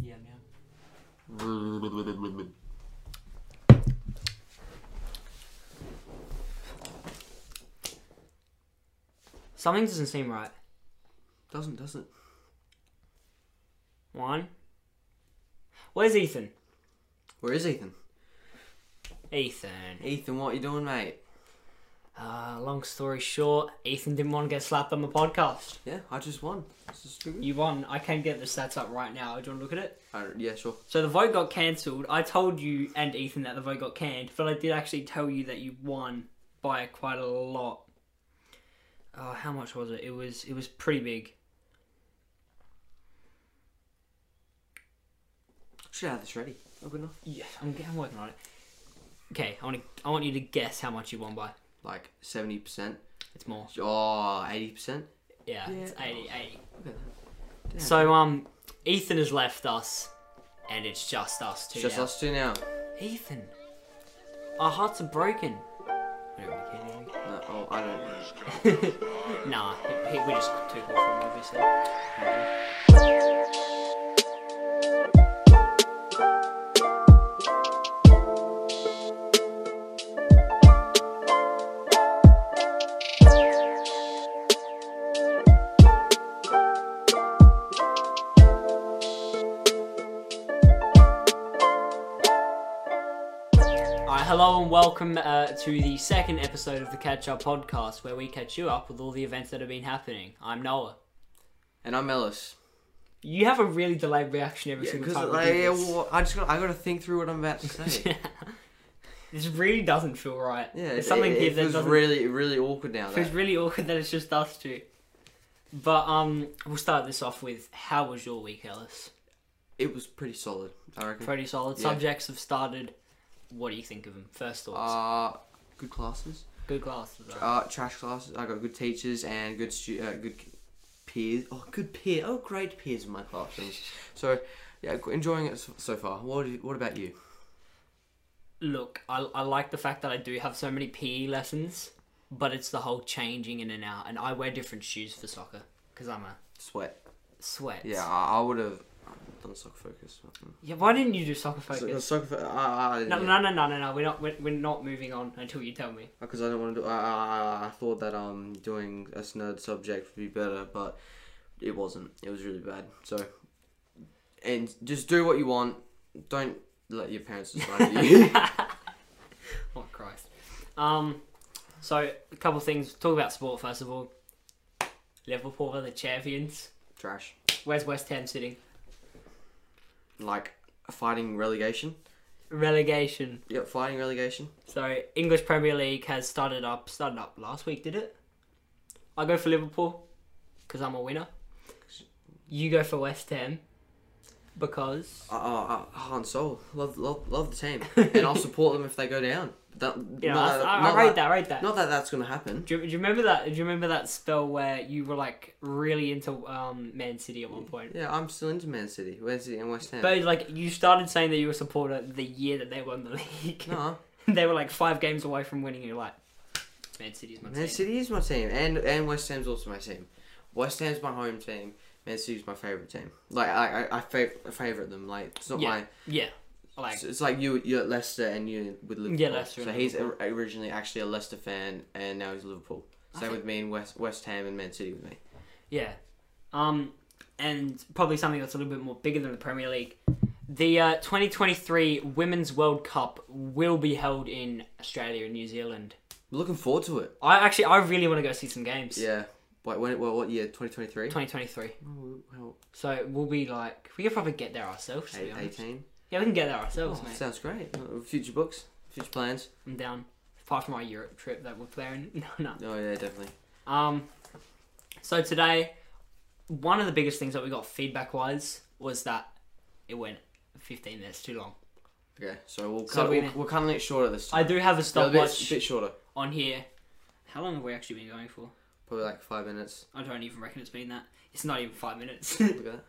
again, yeah. Something doesn't seem right. Doesn't, does it? One. Where's Ethan? Where is Ethan? Ethan. Ethan, what are you doing, mate? Uh, long story short, Ethan didn't want to get slapped on the podcast. Yeah, I just won. This is pretty good. You won. I can get the stats up right now. Do you want to look at it? I- yeah, sure. So the vote got cancelled. I told you and Ethan that the vote got canned, but I did actually tell you that you won by quite a lot. Oh, how much was it? It was it was pretty big. Should have this ready. Oh, good enough. Yeah, I'm, I'm working on it. Okay, I want to, I want you to guess how much you won by. Like 70%. It's more. Oh, 80%. Yeah, it's Yeah. 80, 80. Look at that. Damn. So um, Ethan has left us, and it's just us two. It's just now. us two now. Ethan, our hearts are broken. We don't really care, do we? No, oh, I don't know. Nah, he, he, we just took off from him, obviously. Alright, hello and welcome uh, to the second episode of the Catch Up Podcast, where we catch you up with all the events that have been happening. I'm Noah. And I'm Ellis. You have a really delayed reaction every Yeah, single because time. like, we yeah, do this. well, I just got I got to think through what I'm about to say. this really doesn't feel right. yeah, it's it- something it, here it that feels doesn't. really really awkward now. feels That. really awkward that it's just us two. But um, we'll start this off with how was your week, Ellis? It was pretty solid, I reckon. Pretty solid. Yeah. Subjects have started. What do you think of them? First thoughts. Uh, good classes. Good classes. right? Uh, trash classes. I got good teachers and good stu- uh, good peers. Oh, good peer. Oh, great peers in my classrooms. So, yeah, qu- enjoying it s- so far. What do- What about you? Look, I, I like the fact that I do have so many PE lessons, but it's the whole changing in and out, and I wear different shoes for soccer because I'm a Sweat. sweat. Yeah, I, I would have done soccer focus. Yeah. Why didn't you do soccer So- focus? Soccer. fo- uh, I, I didn't. No, no, no, no, no, no. We're not. We're, we're not moving on until you tell me. Because I don't want to do. I, I, I- I thought that um doing a nerd subject would be better, but it wasn't. It was really bad. So, and just do what you want. Don't let your parents decide for you. Oh Christ. Um. So a couple things. Talk about sport first of all. Liverpool are the champions. Trash. Where's West Ham sitting? Like fighting relegation. Relegation. Yep, fighting relegation. So English Premier League has started up. Started up last week, did it? I go for Liverpool because I'm a winner. You go for West Ham because Oh, oh, oh Han Solo. Love, love, love the team, and I'll support them if they go down. That, yeah, not I, that, I, not I rate that. I rate that. Not that that's gonna happen. Do you, do you remember that? Do you remember that spell where you were like really into um, Man City at one point? Yeah, I'm still into Man City, Man City, and West Ham. But like you started saying that you were a supporter the year that they won the league. no, they were like five games away from winning. You're like, Man City's my Man team. City is my team, and and West Ham's also my team. West Ham's my home team. Man City's my favorite team. Like I, I, I fav- favorite them. Like it's not Yeah, my. Yeah, like It's, it's like you, you're at Leicester, and you with Liverpool. Leicester So and he's or- originally actually a Leicester fan, and now he's Liverpool. I Same think- with me and West West Ham and Man City with me. yeah, um, and probably something that's a little bit more bigger than the Premier League. The uh, 2023 Women's World Cup will be held in Australia and New Zealand. Looking forward to it. I actually, I really want to go see some games. Yeah. Wait, when? What, what year? Twenty twenty three. 2023. So we'll be like, we could probably get there ourselves. To be honest. Eighteen. Yeah, we can get there ourselves, Oh, mate. sounds great. Uh, Future books, future plans. I'm down. Apart from our Europe trip that we're planning. No, Oh yeah, definitely. no. Um, so today, one of the biggest things that we got feedback wise was that it went 15 minutes too long. Okay, so we'll cut. So we're we'll, gonna- we're cutting it shorter this I time. do have a Yeah, a bit, stopwatch bit shorter. on here. How long have we actually been going for? Probably like five minutes. I don't even reckon it's been that. It's not even five minutes. Look at that.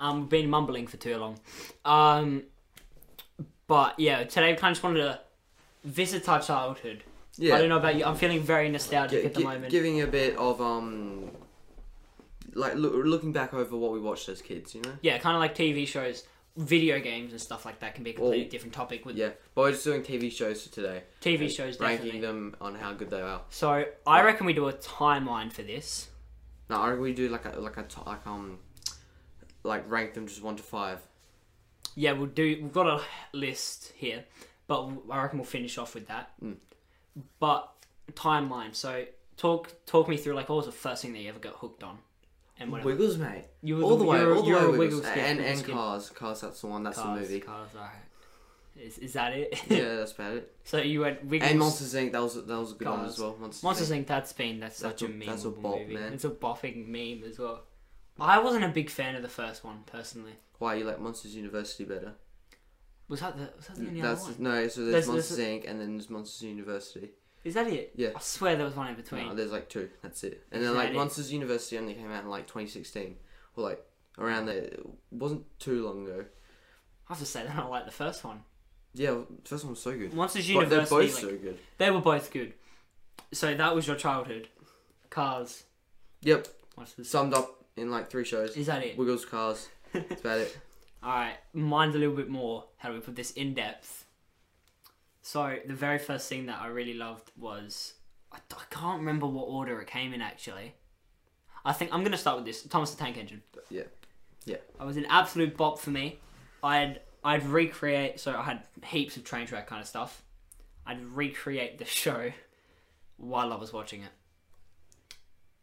um, we've been mumbling for too long. Um, but yeah, today we kind of just wanted to visit our childhood. Yeah. I don't know about you. I'm feeling very nostalgic Gi- at the gi- moment. Giving a bit of um, like loo- looking back over what we watched as kids, you know. Yeah, kind of like TV shows. video games and stuff like that can be a completely Well, different topic with Yeah, but we're just doing TV shows for today. TV shows. Definitely. ranking them on how good they are. So I reckon we do a timeline for this. No, I reckon we do like a like a to- like um like rank them just one to five. Yeah, we'll do. We've got a list here, but w- I reckon we'll finish off with that. Mm. But timeline. So talk talk me through like what was the first thing that you ever got hooked on, and whatever. Wiggles, mate. You were All the way, you're- all the you're way. a Wiggles, Wiggles kid, and Wiggles and kid. cars, cars. That's the one. That's Cars, the movie. Cars, alright. Is, is that it? yeah, that's about it. so you went Wiggles. And Monsters Inc. That was that was a good one Cars. as well. Monsters, Monsters Inc. Inc. That's been that's, That's such a, a- meme. that's a bop, movie. man. It's a boffing meme as well. I wasn't a big fan of the first one personally. Why you like Monsters University better? Was that the was that the only other Mm, That's one? no. So There's- there's, there's- Monsters Inc. and then there's Monsters University. Is that it? Yeah. I swear there was one in between. No, there's like two. That's it. And Is then like that it? Monsters University only came out in like 2016 or like around there. It wasn't too long ago. I have to say that I like the first one. Yeah, first one was so good. Monsters But they're University. both like, so good. They were both good. So that was your childhood. Cars. Yep, Monsters. summed up in like three shows. Is that it? Wiggles, Cars. That's about it. All right, mine's a little bit more. How do we put this in depth? So the very first thing that I really loved was I, I can't remember what order it came in actually. I think I'm gonna start with this Thomas the Tank Engine. Yeah. Yeah. It was an absolute bop for me. I'd I'd recreate. So I had heaps of train track kind of stuff. I'd recreate the show while I was watching it.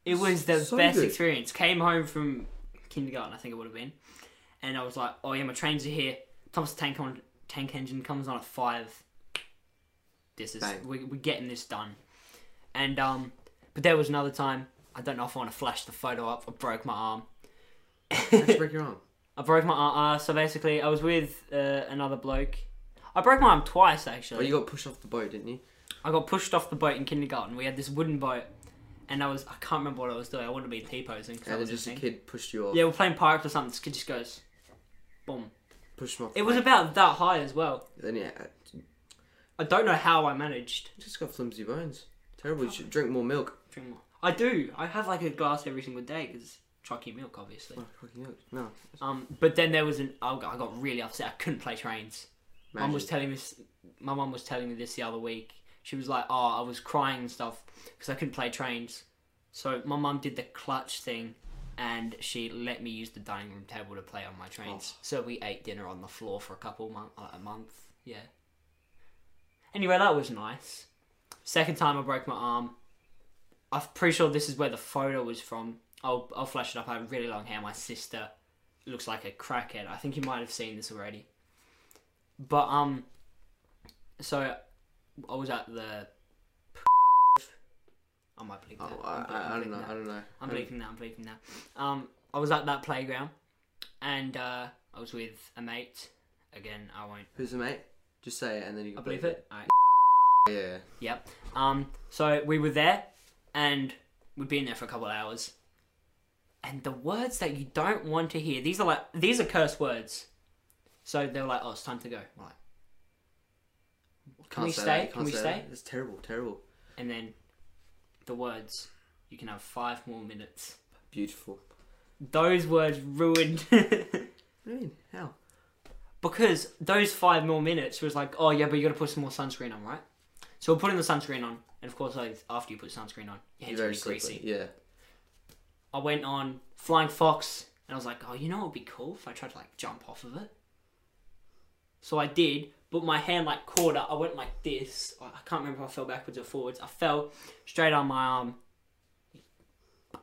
It was the So best good. experience. Came home from kindergarten, I think it would have been, and I was like, "Oh yeah, my trains are here." Thomas the Tank on, Tank Engine comes on at five. This is Bang. we, we're getting this done, and um, but there was another time. I don't know if I want to flash the photo up. I broke my arm. Let's break your arm. I broke my arm. Uh, so basically, I was with uh, another bloke. I broke my arm twice Oh, actually. you got pushed off the boat, didn't you? I got pushed off the boat in kindergarten. We had this wooden boat, and I was I can't remember what I was doing. I wanted to be t posing. And then just a kid pushed you off. Yeah, we're playing pirates or something. This kid just goes, boom. Pushed him off. It the was boat. about that high as well. Then yeah, I don't know how I managed. just got flimsy bones. Terrible. You should drink more milk. Drink more. I do. I have like a glass every single day because chalky milk, obviously. Oh, fucking milk. No. Um, but then there was an I got I got really upset. I couldn't play trains. Mum Imagine. was telling me, my mum was telling me this the other week. She was like, "Oh, I was crying and stuff because I couldn't play trains." So my mum did the clutch thing, and she let me use the dining room table to play on my trains. So we ate dinner on the floor for a couple month, like a month, yeah. Anyway, that was nice. Second time I broke my arm. I'm pretty sure this is where the photo was from. I'll I'll flash it up. I have really long hair. My sister looks like a crackhead. I think you might have seen this already. But um, so I was at the. I might bleep that. Oh, I, I, I don't know. I don't know. I'm bleeping that. I'm bleeping that. Um, I was at that playground, and uh, I was with a mate. Again, I won't. Um, Who's the mate? Just say it, and then you. I can believe bleep it. Alright. Yeah. Yep. Um, so we were there, and we'd been there for a couple of hours. And the words that you don't want to hear, these are like these are curse words. So they were like, "Oh, it's time to go." We're like, Can't we say stay? Can that, can't we say stay? that. It's terrible. Terrible. and then the words you can have five more minutes Beautiful. those words ruined What do you mean? How? because those five more minutes was like oh yeah but you gotta put some more sunscreen on right so we're putting the sunscreen on and of course like after you put sunscreen on your You're head's very really slippery. greasy Yeah. i went on flying fox and i was like oh you know what would be cool if i tried to like jump off of it so i did but my hand like caught up i went like this i I can't remember if i fell backwards or forwards i fell straight on my um, arm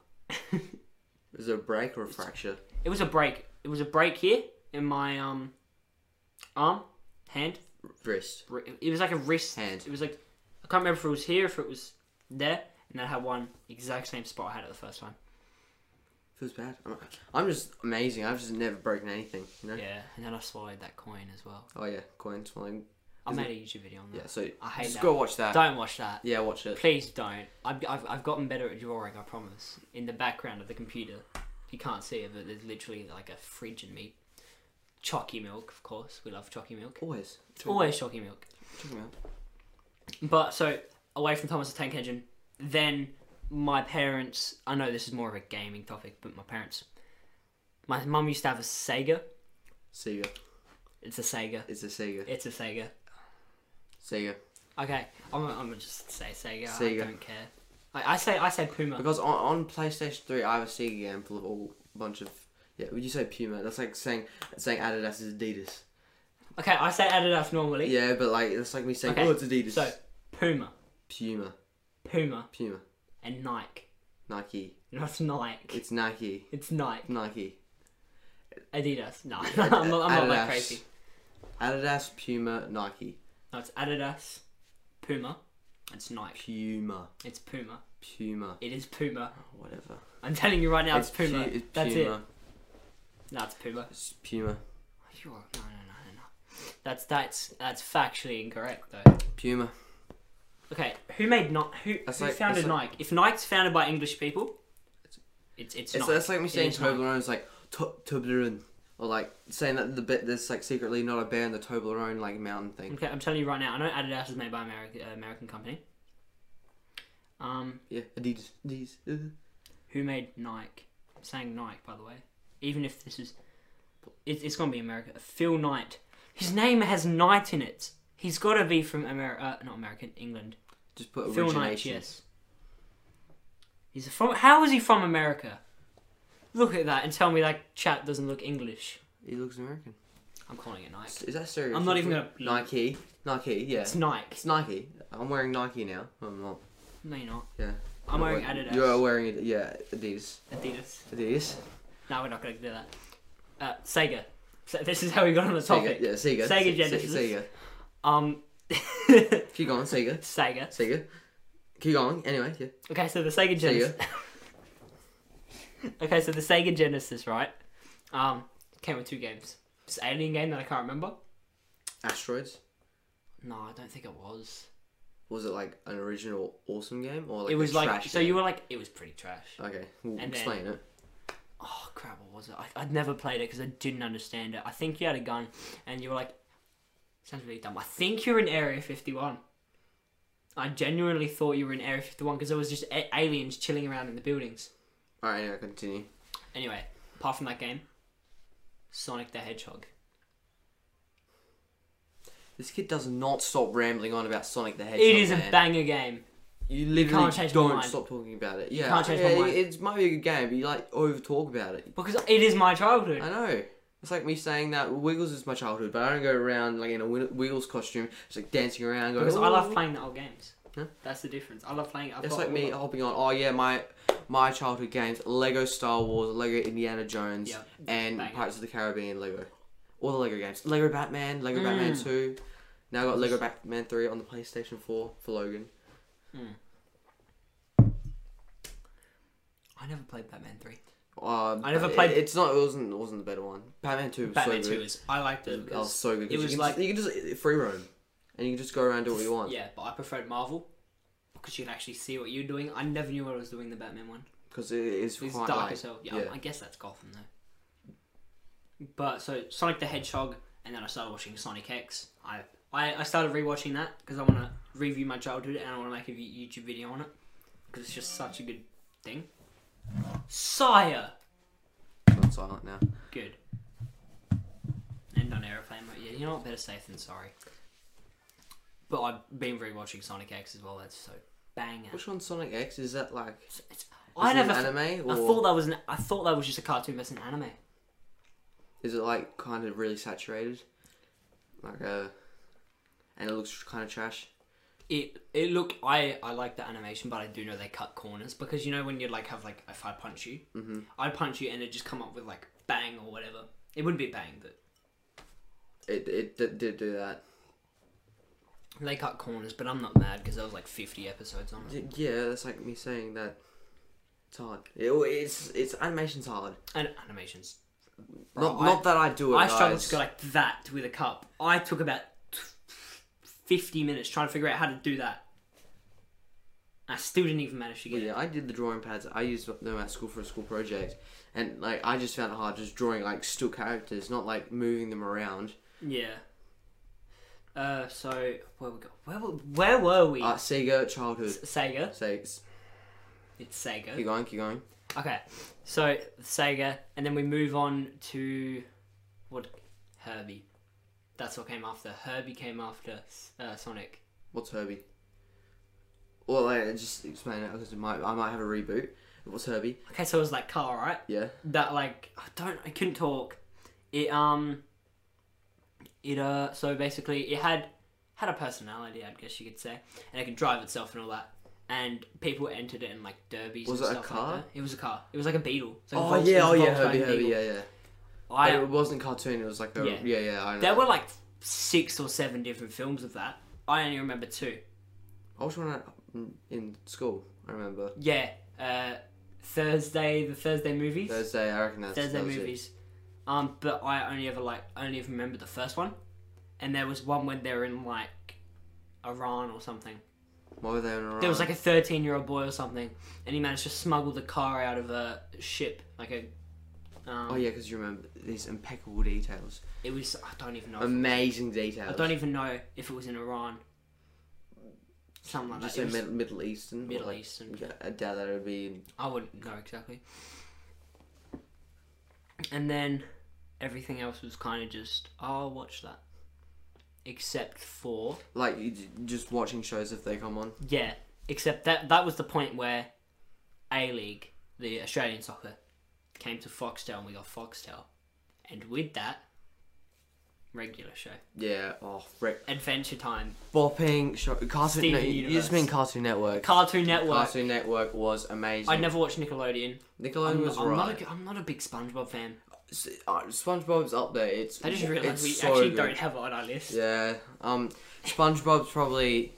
Is it a break or a fracture? It was a break. It was a break here in my um arm, hand. Wrist. Ri- It was like a wrist. Hand. It was like I can't remember if it was here, if it was there, and I had one exact same spot I had it the first time. Feels bad. I'm, I'm just amazing. I've just never broken anything. You know. Yeah, and then I swallowed that coin as well. Oh yeah, coin swallowing. I Is made a YouTube video on that. Yeah. So I hate just that. go watch that. Don't watch that. Yeah, watch it. Please don't. I've, I've, I've gotten better at drawing, I promise. In the background of the computer. You can't see it, but there's literally like a fridge and me. Chalky milk, of course. We love chalky milk. Always. Always chalky milk. Check 'em out. But so away from Thomas the Tank Engine, then my parents. I know this is more of a gaming topic, but my parents. My mum used to have a Sega, See ya. It's a Sega. It's a Sega. It's a Sega. Sega. Okay, I'm, I'm gonna just say Sega. Sega. I don't care. I, I say I say Puma. Because on, on PlayStation 3, I have a Sega game full of all bunch of. Yeah, would you say Puma? That's like saying saying Adidas is Adidas. Okay, I say Adidas normally. Yeah, but like that's like me saying, Okay, oh, it's Adidas. So Puma, Puma, Puma, Puma, and Nike. Nike. No, it's Nike. It's Nike, It's Nike. Nike. Adidas. No, I'm not, I'm not Adidas. that crazy. Adidas, Puma, Nike, No, it's Adidas, Puma. It's Nike. Puma, It's Puma. Puma, It is Puma. whatever. I'm telling you right now, it's, Pu- Puma. it's That's it. Puma. No, it's Puma. It's Puma. You're, no, no, no, no, no. That's that's that's factually incorrect though. Puma. Okay, who made not who, That's who like- founded that's Nike? If Nike's founded by English people, it's it's, It's, Nike. that's like me It saying is Nike. Toblerone is like "Tu- Toblerone, or like saying that the bit there's like secretly not a bear in the Toblerone like mountain thing. Okay, I'm telling you right now. I know Adidas is made by American uh, American company. Um, Yeah, Adidas, Adidas. uh. who made Nike? I'm saying Nike, by the way. Even if this is, it, it's gonna be America. Phil Knight. His name has Knight in it. He's gotta be from America, uh, not American, England. Just put Phil origination. Knight, yes. He's from. How is he from America? Look at that and tell me that chat doesn't look English. He looks American. I'm calling it Nike. Is that serious? I'm not even gonna- Nike, Nike. Yeah, It's Nike. It's Nike. I'm wearing Nike now. No, I'm not. No, you're not. Yeah. I'm Not wearing wearing- Adidas. You're wearing it. Yeah, Adidas. Adidas. Adidas. No, we're not going to do that. Uh, Sega. So this is how we got on the topic. Sega. Yeah, Sega. Sega Se- Genesis. Se- Um, Sega. Keep going. Sega. Sega. Sega. Keep going. Anyway, yeah. Okay, so the Sega Genesis. okay, so the Sega Genesis, right? Um, came with two games. This alien game that I can't remember. Asteroids. No, I don't think it was. Was it like an original awesome game or like it was a like trash so game? you were like it was pretty trash. Okay. Well, And explain it. Oh crap, what was it? I, I'd never played it because I didn't understand it. I think you had a gun and you were like, sounds really dumb. I think you're in Area 51. I genuinely thought you were in Area 51 because there was just a- aliens chilling around in the buildings. All right. Anyway, continue. Anyway, apart from that game, Sonic the Hedgehog. This kid does not stop rambling on about Sonic the Hedgehog. it is man. a banger game. You literally can't change my don't mind. stop talking about it. Yeah, can't change my yeah, mind. It, it might be a good game, but you like over talk about it. Because it is my childhood. I know. It's like me saying that Wiggles is my childhood, but I don't go around like in a Wi- Wiggles costume, just like dancing around. Going, Because I love "Ooh." playing the old games. Huh? That's the difference. I love playing. I've It's got like all me of- hopping on. Oh yeah, my my childhood games: Lego Star Wars, Lego Indiana Jones, Yeah, and bang. Pirates of the Caribbean Lego. All the Lego games: Lego Batman, Lego Batman Mm. Two. Now I got Lego Batman Three on the PlayStation Four for Logan. I never played Batman 3. Um, I never it- played- it's not. It wasn't. It wasn't the better one. Batman Two. Was Batman so 2 good. is. I liked it. That was because- so good. 'cause it was you can like- just, you can just uh, free roam, and you can just go around and do what you want. Yeah, but I preferred Marvel because you can actually see what you're doing. I never knew what I was doing in the Batman one. because it is It's quite dark like- as hell. Yeah, yeah. I guess that's Gotham though. But so Sonic the Hedgehog, and then I started watching Sonic X. I I, I started rewatching that because I want to review my childhood and I want to make a vi- YouTube video on it because it's just such a good thing. Sire, I'm silent now. good. And on airplane, but yeah, you know what? Better safe than sorry. But I've been rewatching Sonic X as well. That's so banger. Which one's Sonic X? Is that like is It's, it's, I it an never. anime or I thought that was an. I thought that was just a cartoon versus an anime. is it like kind of really saturated? Like a and it looks kind of trash. It it looked. I I like the animation, but I do know they cut corners because you know when you like have like if I punch you, mm-hmm. I'd punch you and it just come up with like bang or whatever. It wouldn't be bang, but It it did, did do that. they cut corners. But I'm not mad because there was like 50 episodes on it. Y- Yeah, that's like me saying that. It's hard. It, it's it's animation's hard. And animations. not I- not that I do it. I struggled guys. to go like that with a cup. I took about t- 50 minutes trying to figure out how to do that. I still didn't even manage to get it. Yeah, I did the drawing pads. I used them at school for a school project, and like I just found it hard just drawing like still characters, not like moving them around. Yeah. Uh, so where we go? Where were, where were we? Uh, Sega childhood. S- Sega. Say It's keep Sega. going, keep going. Okay. So Sega, and then we move on to what? Herbie. That's what came after. Herbie came after uh, Sonic. What's Herbie? Well, like, just explain it because it might I might have a reboot. What's Herbie? Okay, so it was like car, right? Yeah. that like I don't I couldn't talk. It um it uh so basically it had had a personality, I guess you could say, and it could drive itself and all that. And people entered it in like derbies. Was and it a stuff car? Like that. It was a car. It was like a Beetle. It was like a Oh Volks- yeah, it oh was a yeah, Volkswagen Herbie, Herbie, Beetle. yeah, yeah. I But it wasn't cartoon. It was like the yeah, Yeah. yeah, I know. there were like six or seven different films of that. I only remember two. I was one mm, in school. I remember Yeah, uh, Thursday the Thursday movies. Thursday. I reckon that's Thursday that was it. movies. Um, but I only ever like only ever remember the first one, and there was one when they were in like Iran or something. Why were they in Iran? There was like a thirteen-year-old boy or something, and he managed to smuggle the car out of a ship, like a. Um, Oh yeah, because you remember these impeccable details, It was I don't even know. if- amazing I details. don't even know if it was in Iran. Something like Just that. It say was Mid- Middle Eastern. or, Middle like, Eastern. yeah, I doubt that would be. In, I wouldn't know exactly. And then everything else was kind of just oh watch that, except for like you j- just watching shows if they come on. Yeah, except that that was the point where A League, the Australian soccer, came to Foxtel and we got Foxtel. And with that, regular show. Yeah. Oh, frick. Adventure Time. bopping show. Cartoon. Steven No, you you just Universe. mean Cartoon Network. Cartoon Network. Cartoon Network was amazing. I never watched Nickelodeon. Nickelodeon I'm, was I'm not right. a, I'm not a big SpongeBob fan. S- uh, SpongeBob's up there. It's I just it's realised we so actually good. don't have it on our list. Yeah. Um, SpongeBob's probably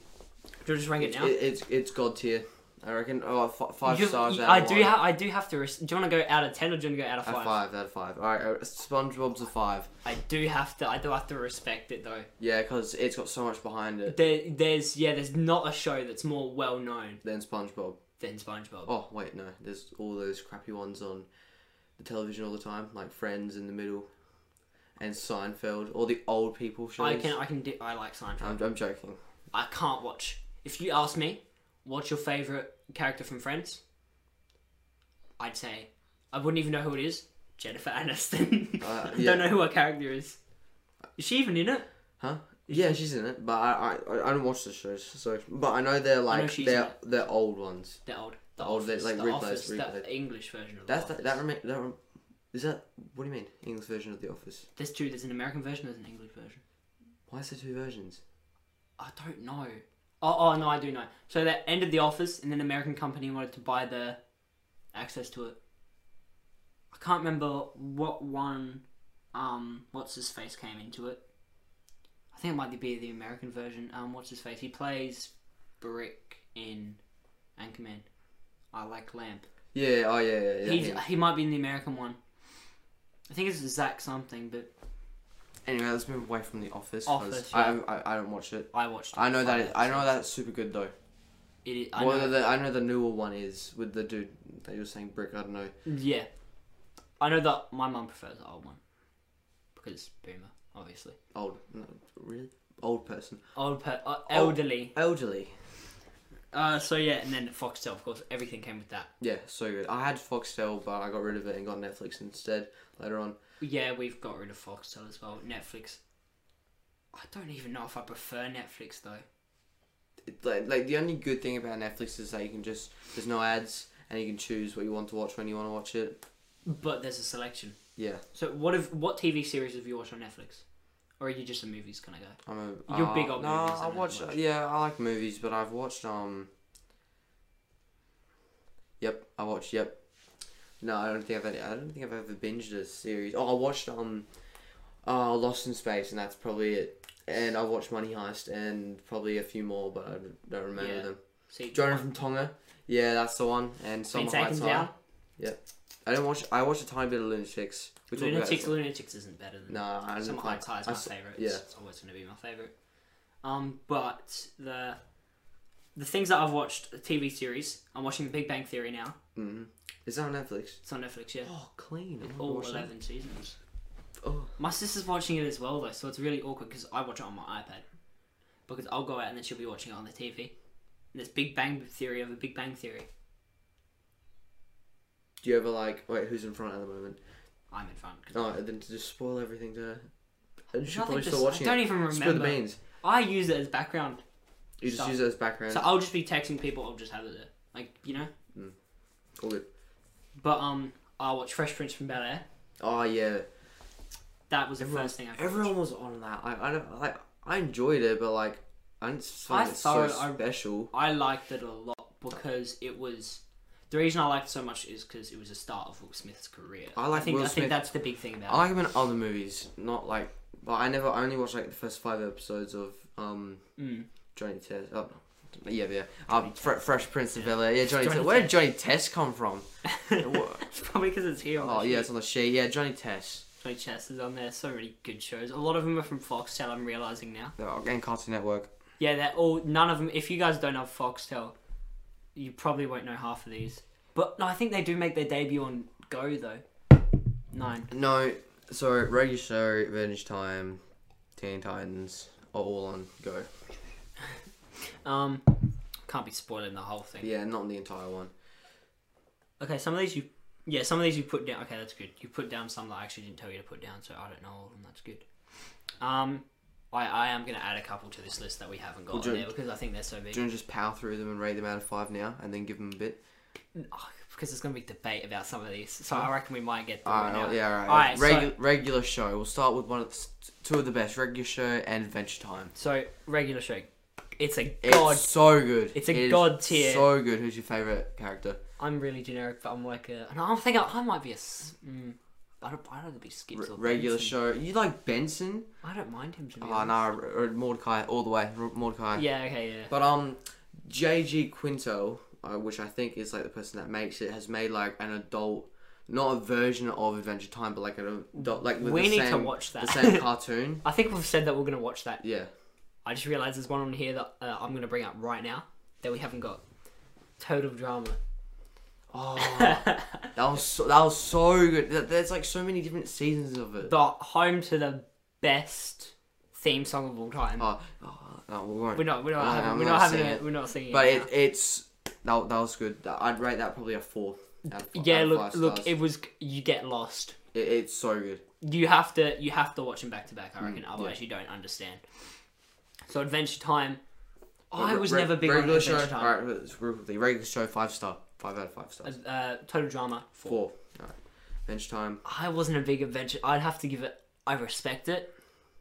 Do you just rank it it, down? it's it's god tier. I reckon. Oh, f- five You- stars. you- out I of do. one. Ha- I do have to. Res- do you want to go out of ten or do you want to go out of A five? five out of five. All right, uh, SpongeBob's a five. I do have to. I do have to respect it though. Yeah, because it's got so much behind it There, there's yeah. There's not a show that's more well known than SpongeBob. than SpongeBob. Oh wait, no. There's all those crappy ones on the television all the time, like Friends in the middle, and Seinfeld, all the old people shows. I can, I can do. I like Seinfeld. I'm, I'm joking. I can't watch. If you ask me, what's your favorite character from Friends? I'd say I wouldn't even know who it is. Jennifer Aniston. Uh, I yeah. don't know who her character is. Is she even in it? Huh? Yeah, she's in it, but I I, I don't watch the shows. So, but I know they're like she's they're in they're old ones. The old, the Oh, office, like the replays, office, replays. the English version of That's the that Office. that, remi- that rem- is that what do you mean English version of The Office? There's two. There's an American version. There's an English version. Why is there two versions? I don't know. Oh, oh no, I do know. So that ended the office, and then American company wanted to buy the access to it. I can't remember what one, um, what's his face came into it. I think it might be the American version. Um, what's his face? He plays Brick in Anchorman. I like Lamp. Yeah. Oh yeah. Yeah. yeah He's him. he might be in the American one. I think it's Zach something, but Anyway, let's move away from The Office. 'cause Office, I, I I don't watch it. I watched. I know five that it, I know episodes. that's super good though. It is, I I well, know- know. The, I know the newer one is with the dude that you were saying brick. I don't know. Yeah. I know that my mum prefers the old one. Because boomer, obviously. Old. No, really. Old person. Old per- uh, elderly. Elderly. Uh, so yeah, and then Foxtel, of course, everything came with that. Yeah. So good. I had Foxtel, but I got rid of it and got Netflix instead later on. Yeah, we've got rid of Foxtel as well. Netflix. I don't even know if I prefer Netflix though. It- like, like the only good thing about Netflix is that you can just there's no ads and you can choose what you want to watch when you want to watch it. But there's a selection. Yeah, So what if what TV series have you watched on Netflix? Or are you just a movies kind of guy? I'm a. uh, You're big on no, movies, I I know watch. much. Yeah, I like movies, but I've watched um. Yep, I watched. Yep. No, I don't think I've. Ever, I don't think I've ever binged a series. Oh, I watched um, uh, Lost in Space, and that's probably it. And I watched Money Heist, and probably a few more, but I don't remember Yeah. them. See, Jonah from Tonga. Yeah, that's the one. Been And Summer taken Heights High. down. I didn't watch. I watched a tiny bit of Lunatics. We talked about Lunatics, this. Lunatics isn't better than No, I Some didn't High like. Tide is I my s- favourite. yeah. It's, it's always going to be my favourite. Um, but the the things that I've watched, the TV series, I'm watching The Big Bang Theory now. Mhm. Is that on Netflix? It's on Netflix, yeah. Oh, clean. I'm gonna All watch that. 11 seasons. Oh. My sister's watching it as well, though, so it's really awkward because I watch it on my iPad. Because I'll go out and then she'll be watching it on the TV. And there's Big Bang Theory over Big Bang Theory. Do you ever like wait? Who's in front at the moment? I'm in front. 'cause Oh, then to just spoil everything to. You should probably Nothing still to- watching I don't it. even remember. Spill the beans. I use it as background. You just Stop. use it as background. So I'll just be texting people. I'll just have it there, like you know. All good. But um, I watched Fresh Prince from Bel Air. Oh yeah. That was the Everyone- first thing I. Everyone was on that. I I don't like. I enjoyed it, but like I didn't I find it so thought I- special. I liked it a lot because it was. The reason I liked it so much is because it was the start of Will Smith's career. I like think, Will I think Smith. that's the big thing about I like him in other movies, not like. But I never. I only watched like the first five episodes of um it. Mm. Johnny Test. Oh, yeah, yeah. Um, Fre- Fresh Prince of Yeah. Bel Air. Yeah, Johnny. Johnny Test. Where did Johnny Test come from? Wha- it's probably because it's here. On oh the yeah, it's on the sheet. Yeah, Johnny Test. My chest is on there. So many good shows. A lot of them are from Foxtel. I'm realizing now. Oh, and Cartoon Network. Yeah, they're all none of them. If you guys don't have Foxtel, you probably won't know half of these. But no, I think they do make their debut on Go though. Nine. No, so Regular Show, Revenge Time, Teen Titans are all on Go. Um, can't be spoiling the whole thing. Yeah, not the entire one. Okay, some of these you, yeah, some of these you put down. Okay, that's good. You put down some that I actually didn't tell you to put down, so I don't know all of them. That's good. Um, I I am gonna add a couple to this list that we haven't got Well, on do- there because I think they're so big. Do you want to just power through them and rate them out of five now, and then give them a bit? Oh, because there's gonna be debate about some of these, so I reckon we might get them All right, oh, now. yeah, all right. All right, so- Regu- regular show. We'll start with one of the, s- two of the best: Regular Show and Adventure Time. So regular show, it's a It's god so good. It's a It is god tier. So good. Who's your favorite character? I'm really generic, but I'm like a. And I think I, I might be a. s- Mm, I don't. I don't think be R- skips or regular Benson. show. You like Benson? I don't mind him to be. Oh honest. no, R- R- Mordecai all the way. R- Mordecai. Yeah. Okay. Yeah. But um, JG Quinto, uh, which I think is like the person that makes it, has made like an adult, not a version of Adventure Time, but like an adult, like with we the need same, to watch that. the same cartoon. I think we've said that we're gonna watch that. Yeah. I just realized there's one on here that uh, I'm gonna bring up right now that we haven't got. Total drama. Oh, that was so, that was so good. Th- There's like so many different seasons of it. The home to the best theme song of all time. Oh, oh, no, we won't. we're not. We're not. having, I'm not- we're I'm not, not having. seeing It. it. We're not singing. But it, it, it's that, that was good. That- I'd rate that probably a four. Out of, fi- now. yeah. out of Look. five Look. stars. It was. You get lost. It- it's so good. you have to you have to watch them back to back. I Mm, reckon, otherwise you don't understand. So Adventure Time, I Re- was re- never big on regular Adventure show. Time. All right, let's group the regular show five star, five out of five stars. Uh, Total Drama four. Four. All right. Bench time. I wasn't a big adventure. I'd have to give it. I respect it.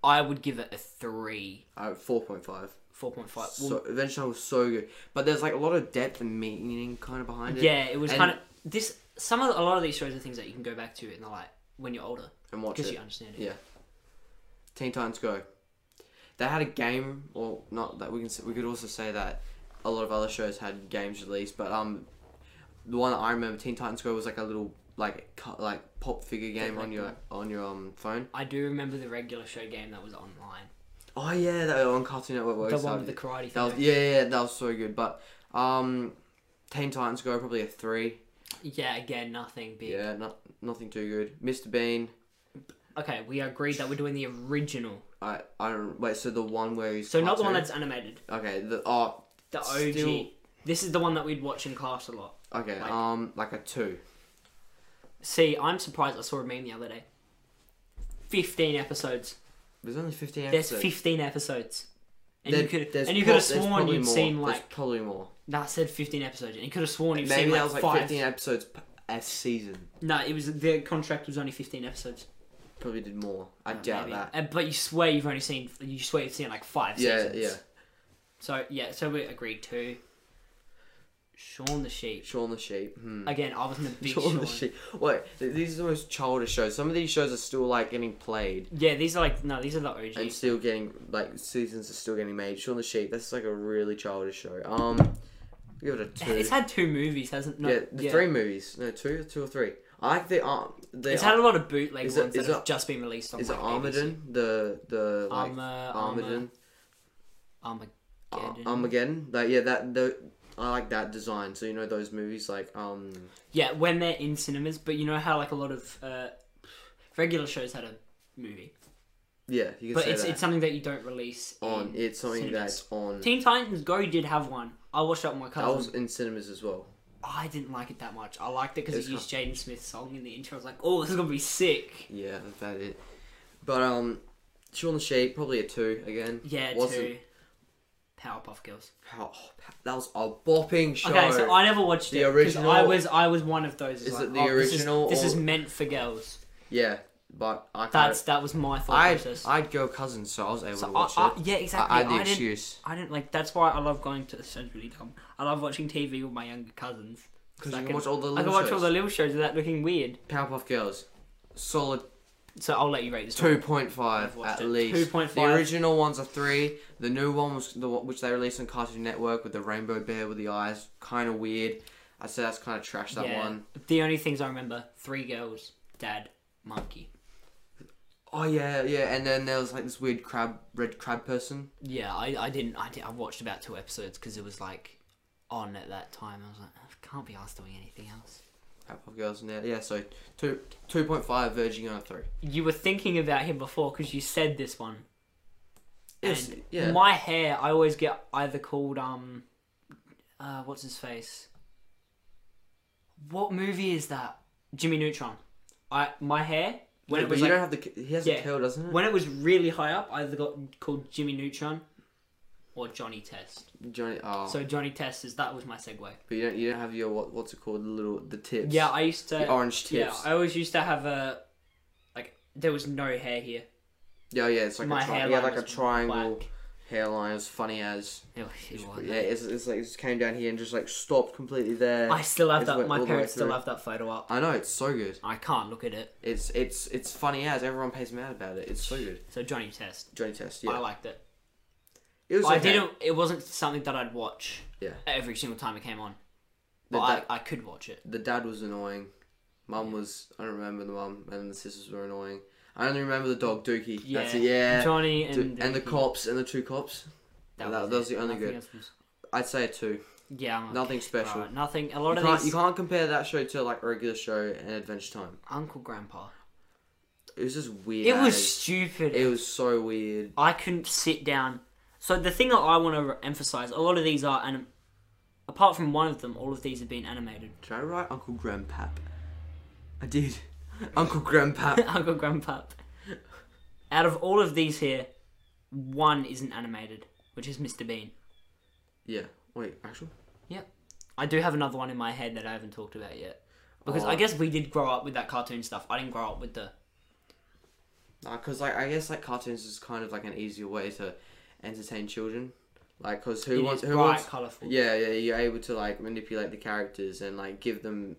I would give it a three, Uh, four point five. four point five. Well, So bench time was so good, but there's like a lot of depth and meaning kind of behind it. yeah, it was and- kind of this. Some of the- a lot of these shows are things that you can go back to and they're like when you're older And watch because it. you understand it. Yeah. Teen Titans Go. They had a game, or not that we can. s- We could also say that a lot of other shows had games released, but um, the one that I remember, Teen Titans Go, was like a little like cu- like pop figure game on your on your um phone. I do remember the regular show game that was online. Oh yeah, that on Cartoon Network. The was one out. with the karate That thing. was, yeah, yeah, yeah, that was so good. But um, Teen Titans Go probably a three. yeah, again, nothing big. Yeah, not nothing too good. Mr Bean. Okay, we agreed that we're doing the original. I I don't wait. So the one where he's So not the one cartoon? that's animated. okay. The oh The OG. Still- This is the one that we'd watch in class a lot. okay. Like- um, like a two. See, I'm surprised I saw a meme the other day. 15 episodes. There's only fifteen There's episodes. 15 episodes. And There- you could there's and you prob- could have there's sworn probably you'd more. seen There's like probably more. that said 15 episodes and you could have sworn you'd Maybe seen that like, was like five. fifteen episodes p- a season. No, it was the contract was only 15 episodes. Probably did more. I doubt maybe. that. Uh, but you swear you've only seen you swear you've seen like five Yeah, seasons. yeah. So yeah, so we agreed to Shaun the Sheep. Shaun the Sheep. Hmm. Again, I wasn't a big Shaun, the Sheep. Wait, th- these are the most childish shows. Some of these shows are still like getting played. Yeah, these are like no, these are the OGs. and still getting like seasons are still getting made. Shaun the Sheep, that's like a really childish show. Um, give it a two. It's had two movies, hasn't it? No, yeah, the three movies. No, two, two or three. I like the um. The, It's had a lot of bootleg Is ones it- that is have it- just been released on. is it like, ABC. Armageddon? The the like Arma- Armageddon Armageddon. Armageddon. Armageddon. Like yeah, that the I like that design. So you know those movies like um. yeah, when they're in cinemas, but you know how like a lot of uh, regular shows had a movie, Yeah, you can but say it's that. it's something that you don't release on. in It's something cinemas. that's on. Teen Titans Go did have one. I watched that with my That cousin. was in cinemas as well. I didn't like it that much. I liked it because It's it used Jaden Smith's song in the intro. I was like, oh, this is gonna be sick. Yeah, that it. But um, Shaun the Sheep, probably a two again. Yeah, Wasn't- two. Powerpuff Girls. Pow- oh, pa- that was a bopping show. Okay, so I never watched The it 'cause I original- was I was one of those. Is like, it the oh, this is- original This is, or- meant for girls. yeah, but I That's can't. that was my thought I process. I had girl cousins, so I was able So to I- watch I- it. yeah, I- exactly. I had the I didn't excuse I don't like. That's why I love going to. This sounds really dumb. I love watching TV with my younger cousins. because I you can can- watch all the I can little watch shows. all the little shows without looking weird. Powerpuff Girls, solid So I'll let you rate this. one. two point I've five watched at it. least. 2.5. The original one's a three. The new one was the one which they released on Cartoon Network with the rainbow bear with the eyes, kind of weird. I'd say that's kind of trash. That Yeah. one. The only things I remember: three girls, dad, monkey. Oh yeah, yeah. And then there was like this weird crab, red crab person. Yeah, I, I didn't. I, did, I watched about two episodes because it was like on at that time. I was like, I can't be asked doing anything else. Powerpuff Girls and that- yeah. So two two point five, verging on a three. You were thinking about him before because you said this one. Yes, And yeah. My hair, I always get either called um, uh, what's his face? What movie is that? Jimmy Neutron. I my hair when No, it but was you like, don't have the c- he has a Yeah. curl, doesn't it? Mm. when it was really high up, I either got called Jimmy Neutron or Johnny Test. Johnny, oh, So Johnny Test is that was my segue. but you don't you don't have your what, what's it called? The little the tips. Yeah, I used to. the orange tips. Yeah, I always used to have a like there was no hair here. Yeah, yeah, it's like My a tri- hairline yeah, like a was triangle whack. hairline. It was funny as It was- it was- yeah, it's, it's like it just came down here and just like stopped completely there. I still have It's that. went all My the way parents still through. have that photo up. I know it's so good. I can't look at it. It's it's it's funny as everyone pays mad about it. It's so good. So Johnny Test, Johnny Test, I yeah, liked it. it was. I okay. didn't. It wasn't something that I'd watch Yeah, every single time it came on, the, but I, da- I could watch it. the dad was annoying. Mum was I don't remember the mum and the sisters were annoying. I only remember the dog Dookie. Yeah, That's it. Yeah. Johnny Do- and and the cops and the two cops. that- that was it. the only Nothing good. else was- I'd say a two. yeah, I'm Nothing okay. special. Right, nothing. A lot You of can't, these you can't compare that show to like a regular show and Adventure Time. Uncle Grandpa. It was just weird. It was as. stupid. It was so weird. I couldn't sit down. So the thing that I want to emphasize, a lot of these are, and apart from one of them, all of these have been animated. Did I write Uncle Grandpap? I did. Uncle Grandpap. Uncle Grandpap. Out of all of these here, one isn't animated, which is Mr. Bean. yeah. Wait, actual? Yep. I do have another one in my head that I haven't talked about yet. Because I Alright. guess we did grow up with that cartoon stuff. I didn't grow up with the. Nah, cause like I guess like cartoons is kind of like an easier way to entertain children. Like, cause who It wants is who bright, wants? colourful. Yeah, yeah. You're able to like manipulate the characters and like give them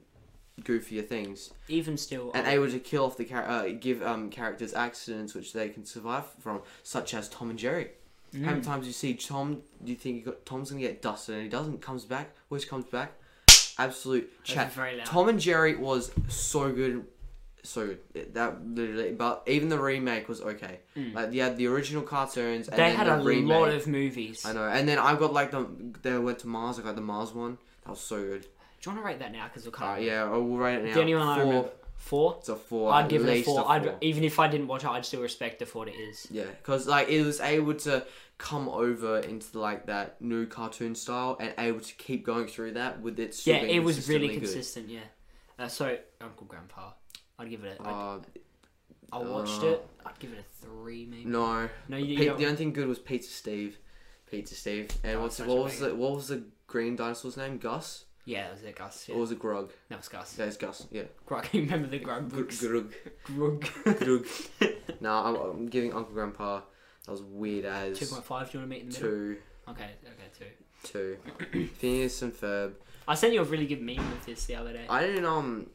goofier things, Even still, and I- able to kill off the char- uh, give um characters accidents which they can survive from, such as Tom and Jerry. How Mm. many times you see Tom? Do you think you got Tom's gonna get dusted and he doesn't? Comes back, always comes back. Absolute chat. very loud. Tom and Jerry was so good, so good. It- That literally, but even the remake was okay. Like you had the original cartoons and Mm. they then had the a remake. lot of movies. I know, and then I got like the they went to Mars. I got the Mars one. That was so good. Do you want to rate that now? Because we'll cut. Uh, yeah, I will rate it now. The only one I Four. remember. Four? It's a four. I'd at give it a least four. four. I'd, even if I didn't watch it, I'd still respect the four it is. Yeah, because like it was able to come over into like that new cartoon style and able to keep going through that with its Yeah, it was really consistent. Yeah. Uh, so Uncle Grandpa, I'd give it. A, I, Uh, I watched uh, it. I'd give it a three, maybe. no, No, you, you Pe- don't- the only thing good was Pizza Steve, Pizza Steve, and Oh, what's such what a was banger. the what was the green dinosaur's name? Gus yeah, that was it, Gus. Yeah. or was it Grug? that was Gus. That is Gus. Yeah, Grug, you remember the Grug Gr- books? Grug. Grug. Grug. no, I'm, I'm giving Uncle Grandpa. That was weird as Two point five. Do you want to meet in the middle? two, Okay, okay, two. two. Phineas and Ferb. I sent you a really good meme of this the other day. I didn't um.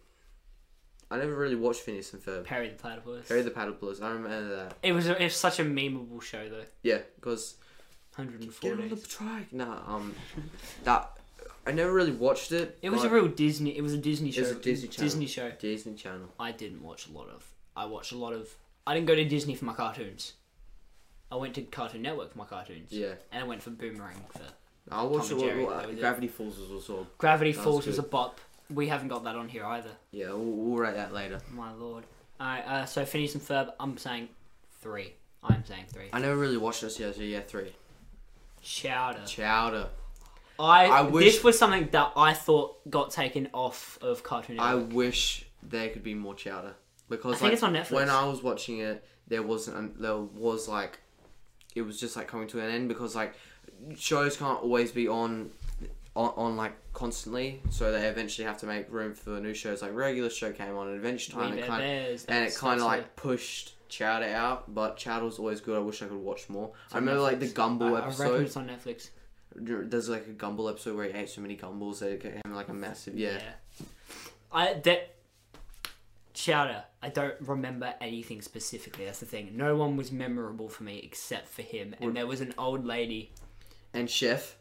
I never really watched Phineas and Ferb. Perry the Platypus. Harry the Platypus, I remember that. It was a, it's such a memeable show though. Yeah, because 104 get on the days. track. Nah, um, that I never really watched it. It was a but- real Disney. It was a Disney show. was a Disney channel. Disney show. Disney Channel. I didn't watch a lot of. I watched a lot of. I didn't go to Disney for my cartoons. I went to Cartoon Network for my cartoons. Yeah, And I went for Boomerang for. I watched Tom and it. Jerry, well, that was it. Gravity Falls was also. Gravity Sounds Falls was a good. bop. We haven't got that on here either. Yeah, we'll, we'll rate that later. My lord. Alright, uh, so Phineas and Ferb, I'm saying three. I'm saying three. I never really watched this yet, so yeah, three. Chowder. Chowder. I, I wish- This was something that I thought got taken off of Cartoon I Network. wish there could be more chowder. because I think like it's on Netflix. when I was watching it, there wasn't an, there was like it was just like coming to an end because like shows can't always be on on, on like constantly, so they eventually have to make room for new shows. Like regular show came on at Adventure Time, We and Bare kind Bears, and it that's- kind of that's like pushed Chowder out, but Chowder was always good. I wish I could watch more. I on remember like the Netflix. Gumball I- I reckon episode. it's on Netflix. There's like a Gumball episode where he ate so many Gumballs that it became like a massive yeah. I that Chowder. I don't remember anything specifically. That's the thing. No one was memorable for me except for him. And there was an old lady. And Chef,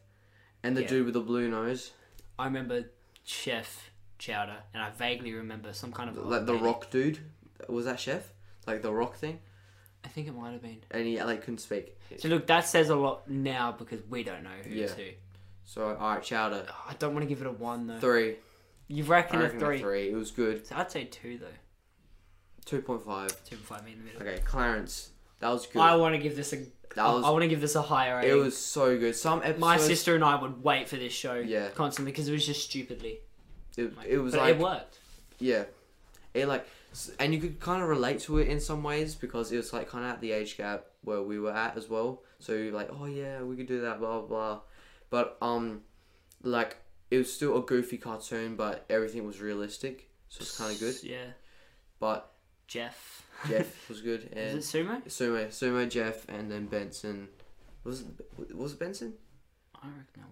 and the Yeah. dude with the blue nose, I remember Chef Chowder, and I vaguely remember some kind of old like the lady. Rock dude. Was that Chef? Like the Rock thing, I think it might have been. and he like couldn't speak. So look, that says a lot now because we don't know who's Yeah. who. So all right, Chowder Oh, I don't want to give it a one though. three. You I reckon, reckon a a three? three. It was good. So I'd say two though. Two point five. Two and five me in the middle. Okay, Clarence, that was good. I want to give this a. that I- was. I want to give this a higher rating. it was so good. Some episodes. My sister and I would wait for this show Yeah. constantly because it was just stupidly. It, it was but like it worked. Yeah, it like, s- and you could kind of relate to it in some ways because it was like kind of at the age gap where we were at as well. So you're like, oh yeah, we could do that, blah blah. blah. But um, like it was still a goofy cartoon, but everything was realistic, so it's kind of good. Yeah. But Jeff. Jeff was good, Is and it Sumo? Sumo, Sumo, Jeff, and then Benson. Was it, was it Benson? I reckon that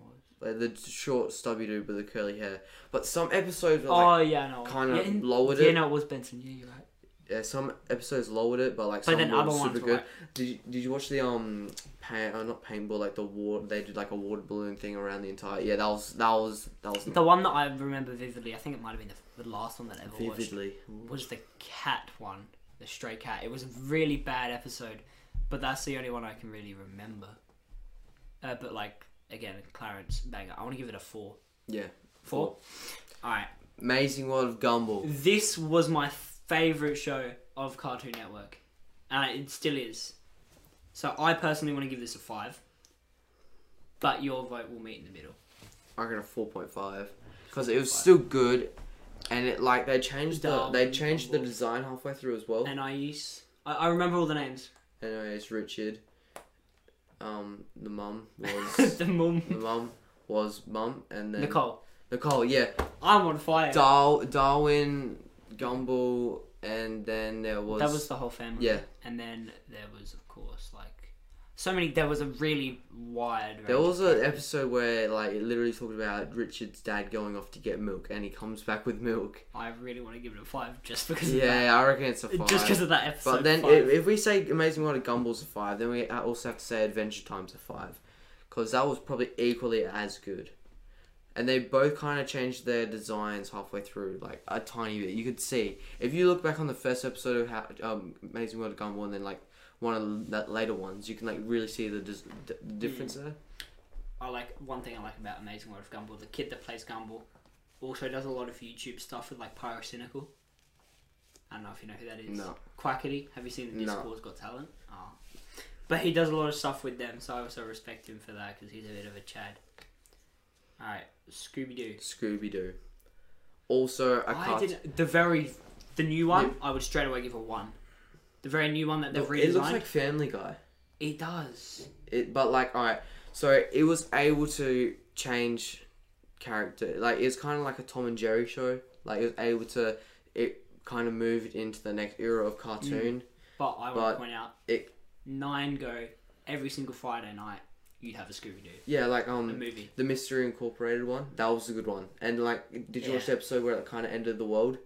was. Like the short, stubby dude with the curly hair. But some episodes were like oh yeah, no. kind of yeah, in- lowered yeah, it. no, it was Benson. Yeah, you're right. Yeah, uh, some episodes lowered it, but like But some then were other super ones were good. like- Did you, did you watch the um paint? Uh, not paintball, like the water. They did like a water balloon thing around the entire. Yeah, that was that was that was The one that I remember vividly, I think it might have been the, the last one that I ever watched, vividly. was the cat one, the stray cat. It was a really bad episode, but that's the only one I can really remember. Uh, but like again, Clarence Banger. I want to give it a four. Yeah, Four. All right. amazing world of Gumball. This was my favorite show of Cartoon Network, and it still is. So I personally want to give this a five, but your vote will meet in the middle. I reckon a four point five because it was still good, and it like they changed the Dumb they changed the Gumball. design halfway through as well. And I use I, I remember all the names. Anyway, it's Richard. Um, the mum was the the mum, mum was mum, and then Nicole. Nicole, yeah. I'm on fire. Dar- Darwin, Gumball, and then there was, that was the whole family. yeah. And then there was of course like so many. There was a really wide. there range was of an characters. episode where like it literally talked about Richard's dad going off to get milk, and he comes back with milk. I really want to give it a five just because. Of that. Yeah, I reckon it's a five. Just because of that episode. but then i five. if, we say Amazing World of Gumball's a five, then we also have to say Adventure Time's a five, because that was probably equally as good. And they both kind of changed their designs halfway through, like a tiny bit. You could see if you look back on the first episode of how, um, Amazing World of Gumball, and then like one of the that later ones, you can like really see the dis- d- difference Hmm. there. I like one thing I like about Amazing World of Gumball. The kid that plays Gumball also does a lot of YouTube stuff with like Pyrocynical. I don't know if you know who that is. No. Quackity. Have you seen the No. Discord's Got Talent? Oh. But he does a lot of stuff with them, so I also respect him for that because he's a bit of a Chad. Alright, Scooby Doo. Scooby Doo. Also, a I cart- did the very the new one. I would straight away give a one. The very new one that they've redesigned. It looks like Family Guy. it does. it but like all right so it was able to change character like it's kind of like a tom and jerry show like it was able to it kind of moved into the next era of Mm. cartoon But I want But to point out it nine go every single Friday night. You'd have a Scooby Doo. yeah like um The movie. the mystery incorporated one that was a good one and like did you watch Yeah. the episode where it kind of ended the world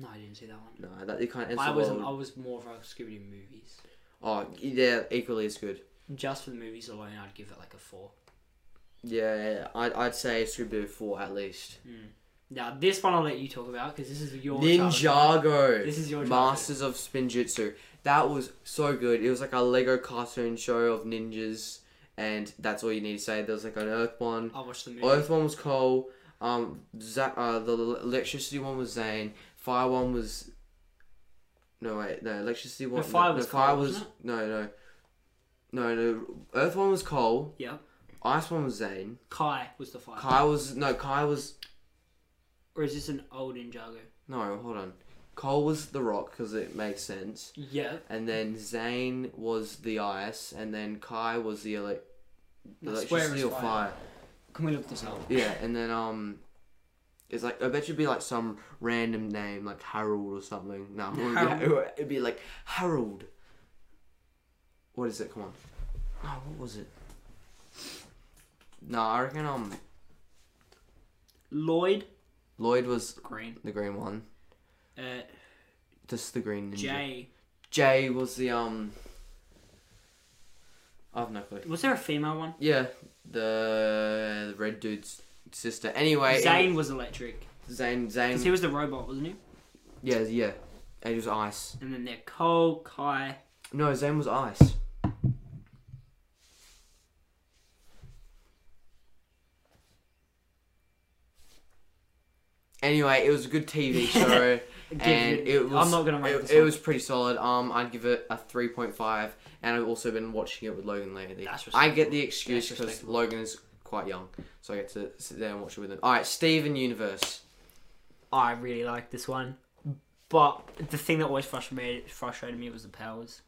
No, I didn't see that one. no that it kind of ends I the was world I was more of a Scooby Doo movies. oh yeah equally as good Just for the movies alone, I'd give it like a four. yeah, yeah I'd, I'd say scooby doo 4 at least Now this one I'll let you talk about because this is your childhood. Ninjago. This is your childhood. Masters of Spinjitzu. That was so good. It was like a Lego cartoon show of ninjas, and that's all you need to say. There was like an Earth one. I watched the movie. Earth one was Cole. Um, Za uh, the l- electricity one was Zane. Fire one was. No wait, no electricity one. fire no, was no, fire Cole, was wasn't no no. No, no. Earth one was Cole. yeah. Ice one was Zane. Kai was the fire. Kai was no. Kai was Or is this an old Ninjago? no. Hold on. Cole was the rock because it makes sense, Yeah. and then Zane was the ice, and then Kai was the elec No, electricity swear or is fire. fire. Can we look this up? Yeah, and then um, it's like I bet you'd be like some random name like Harold or something. No, it wouldn't be- Harold. it would- it'd be like Harold. What is it? Come on. No, Oh, what was it? No, I reckon um Lloyd Lloyd was Green. the green one. Uh, Just the green ninja. Jay. Jay was the um. I have no clue. Was there a female one? Yeah, the, the red dude's sister. Anyway, it- Zane was electric. Zane, Zane. Because he was the robot, wasn't he? yeah, yeah. And he was ice. And then there Cole, Kai. No, Zane was ice. Anyway, it was a good TV show, Give and you- it was. I'm not gonna rank it, this it one. was pretty solid. Um, I'd give it a three point five, and I've also been watching it with Logan lately. That's I get respectable. the excuse That's because respectable. Logan is quite young, so I get to sit there and watch it with him. All right, Steven Universe. I really like this one. But the thing that always frustrated, frustrated me was the powers.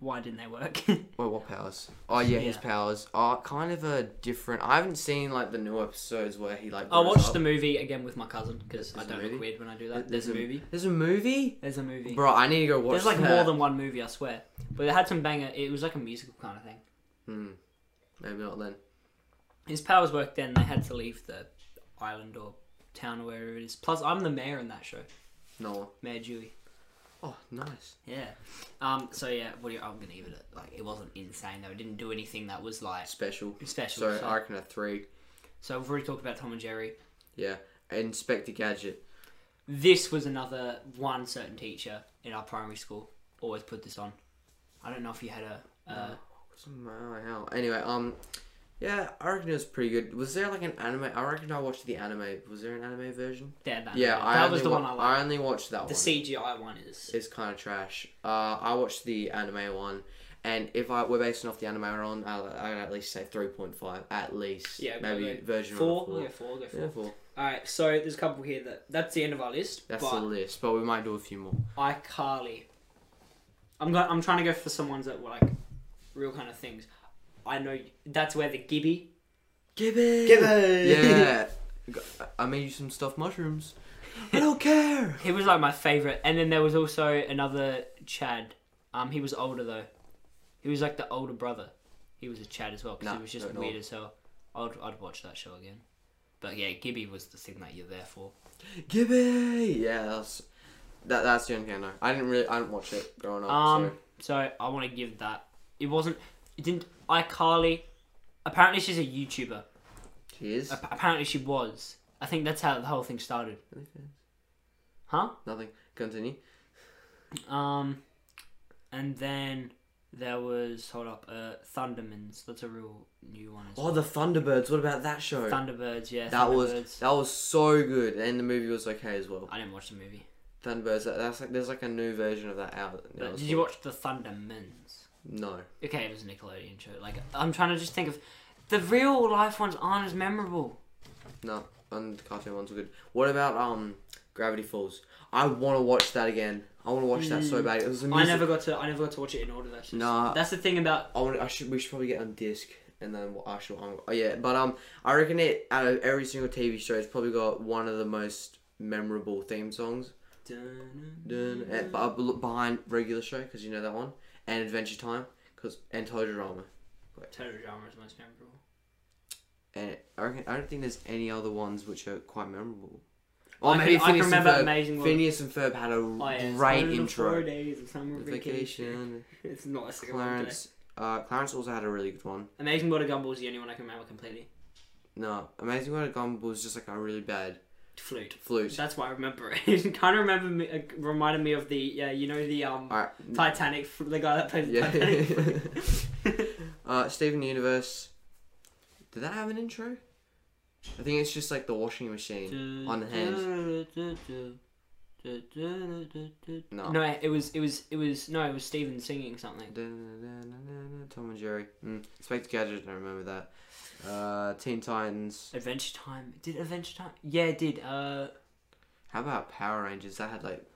Why didn't they work? Well, what powers? Oh yeah, his Yeah. powers are kind of a different. I haven't seen like the new episodes where he like. I grows watched up. the movie again with my cousin because I There's a don't movie? look weird when I do that. There's There's a a- movie. There's a movie, There's a movie. bro. I need to go watch. There's like that. more than one movie, I swear. But it had some banger. It was like a musical kind of thing. Hmm. Maybe not then. His powers worked then. They had to leave the island or town or wherever it is. Plus, I'm the mayor in that show, No. Mayor Dewey. Oh, nice. Yeah. Um. So yeah, what do you, I'm gonna give it. A, like, it wasn't insane though. It didn't do anything that was like Special. special. So so, I reckon a three. so we've already talked about Tom and Jerry. Yeah. Inspector Gadget. This was another one certain teacher in our primary school always put this on. I don't know if you had a. Uh, What's in my hell? Anyway, um, yeah, I reckon it was pretty good. Was there like an anime? I reckon I watched the anime. Was there an anime version? there, that Yeah, I that only was the wa- one I liked. only watched that The one. CGI one is. is kind of trash. Uh, I watched the anime one, and if I were basing off the anime we're on, I I'd at least say three point five, at least. Yeah, we'll maybe go version Four. one We'll or go four. We'll go four. four. Yeah, four. All right. So there's a couple here that that's the end of our list. That's but the list, but we might do a few more. iCarly. I'm go- I'm trying to go for some ones that were like real kind of things. I know y- that's where the Gibby. Gibbon. Gibbon! Yeah. G- I made you some stuffed mushrooms. I don't care. He was like my favorite, and then there was also another Chad. Um, he was older though. He was like the older brother. He was a Chad as well because Nah, he was just don't know. weird as hell. I'd I'd watch that show again. But yeah, Gibby was the thing that you're there for. Gibby. Yeah, that's that. That's the only thing I know. I didn't really. I didn't watch it growing up. Um, so. so I want to give that. It wasn't. It didn't. iCarly. Apparently, she's a YouTuber. Cheers. Ap- apparently, she was. I think that's how the whole thing started. Huh? Nothing. Continue. Um, and then there was hold up, uh, Thundermans. That's a real new one. As Oh, the Thunderbirds. What about that show? well. Thunderbirds. Yeah. That was Thunderbirds. that was so good, and the movie was okay as well. I didn't watch the movie. Thunderbirds. That, that's like there's like a new version of that out. now But as did you well. watch the Thundermans? No. Okay, it was a Nickelodeon show. Like I'm trying to just think of the real life ones aren't as memorable. No. And the cartoon ones were good. What about um Gravity Falls? I want to watch that again. I want to watch that so bad. It was the Mm. I music. never got to. I never got to watch it in order. That's just, Nah. That's the thing about I, want, I should. We should probably get on disc. And then I should, um, oh yeah, but um, I reckon it out of every single TV show, it's probably got one of the most memorable theme songs. Dun, Mm. eh, but I bel- behind regular show because you know that one, and Adventure Time because and Tojo Drama. Total drama is most memorable. And I, reckon, I don't think there's any other ones which are quite memorable. I can- I can remember Amazing World. Oh, Phineas and Ferb had a great intro. days of summer The vacation. Vacation. It's not a single one today. Clarence. Uh, Clarence also had a really good one. Amazing World of Gumball is the only one I can remember completely. No, Amazing World of Gumball was just like a really bad Flute. flute. That's why I remember it. it kind of remember me, uh, reminded me of the uh, you know the um Alright. Titanic fl- the guy that plays the Yeah. Titanic. flute. uh, Steven Universe. Did that have an intro? I think it's just like the washing machine. On the No. No, it was it was it was no, it was Steven singing something. Tom and Jerry. Mm. Inspector Gadget, I remember that. Uh, Teen Titans. Adventure Time. Did Adventure Time? Yeah, it did. Uh How about Power Rangers? That had like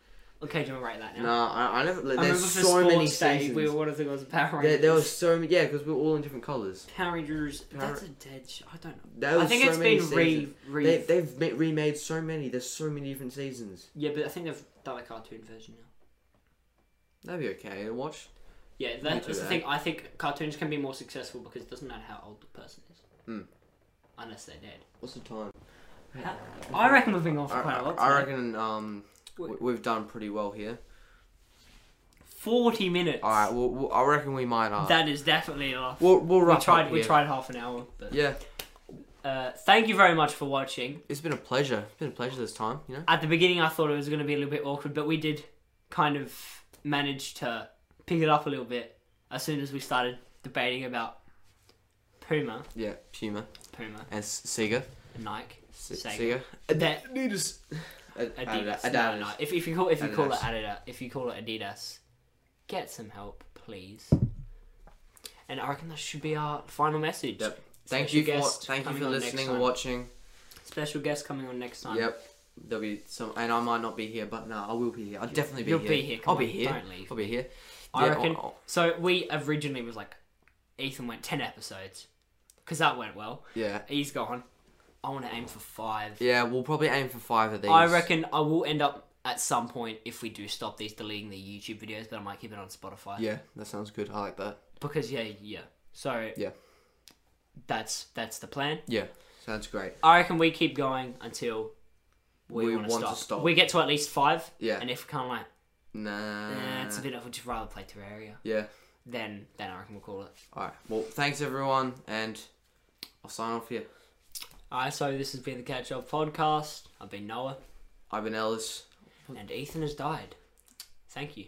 Okay, do you want to write that down? Nah, I, I never. Like, I remember there's for so sports many day, stations. we were one of the girls in Power Rangers. there, there were so many. Yeah, because we were all in different colors. Power Rangers. Power- That's a dead. Sh- I don't know. There were I think so it's many been re, seasons. re. They, they've ma- remade so many. There's so many different seasons. yeah, but I think they've done a cartoon version now. That'd be okay to watch. Yeah, Me that, too, that's the eh? thing. I think cartoons can be more successful because it doesn't matter how old the person is, Hmm. unless they're dead. What's the time? I reckon we're being off I, quite a I, lot. I today. reckon um we, What? we've done pretty well here. forty minutes. All right, well, well, I reckon we might. Uh, that is definitely enough. we'll we'll We wrap tried. up We here. tried half an hour. But, Yeah, uh, thank you very much for watching. it's been a pleasure. It's been a pleasure this time. You know. At the beginning, I thought it was going to be a little bit awkward, but we did kind of manage to pick it up a little bit as soon as we started debating about Puma, Yeah, Puma Puma, and S- Sega. and Nike. S- Sega. Sega. That- Adidas. Adidas. Ad- Adidas. No, no, Adidas. no. If, if you call if you call it Adidas, if you call it Adidas, get some help, please. And I reckon that should be our final message. Yep. Thank Special you for guest thank you coming for on next listening and time. Um, watching. Special guest coming on next time. Yep. There'll be some, and I might not be here, but no, I will be here. I'll definitely be You'll here. be here. Come I'll be on, here. don't leave. I'll be here. I Yeah, oh, reckon. I'll- I'll- So we originally was like, Ethan went ten episodes, because that went well. yeah. He's gone. I want to aim for five. Yeah, we'll probably aim for five of these. I reckon I will end up at some point if we do stop these deleting the YouTube videos, but I might keep it on Spotify Yeah, that sounds good. I like that. because yeah, yeah. So Yeah. that's that's the plan. Yeah, sounds great. I reckon we keep going until we, We want, want to to stop. stop. We get to at least five. Yeah. Uh. And if we're kind of like, Nah. nah, it's a bit. I would just rather play Terraria. Yeah. Then, then I reckon we'll call it. All right. Well, thanks everyone, and I'll sign off here. Alright, so this has been the Catch Up Podcast. I've been Noah, I've been Ellis. and Ethan has died. Thank you.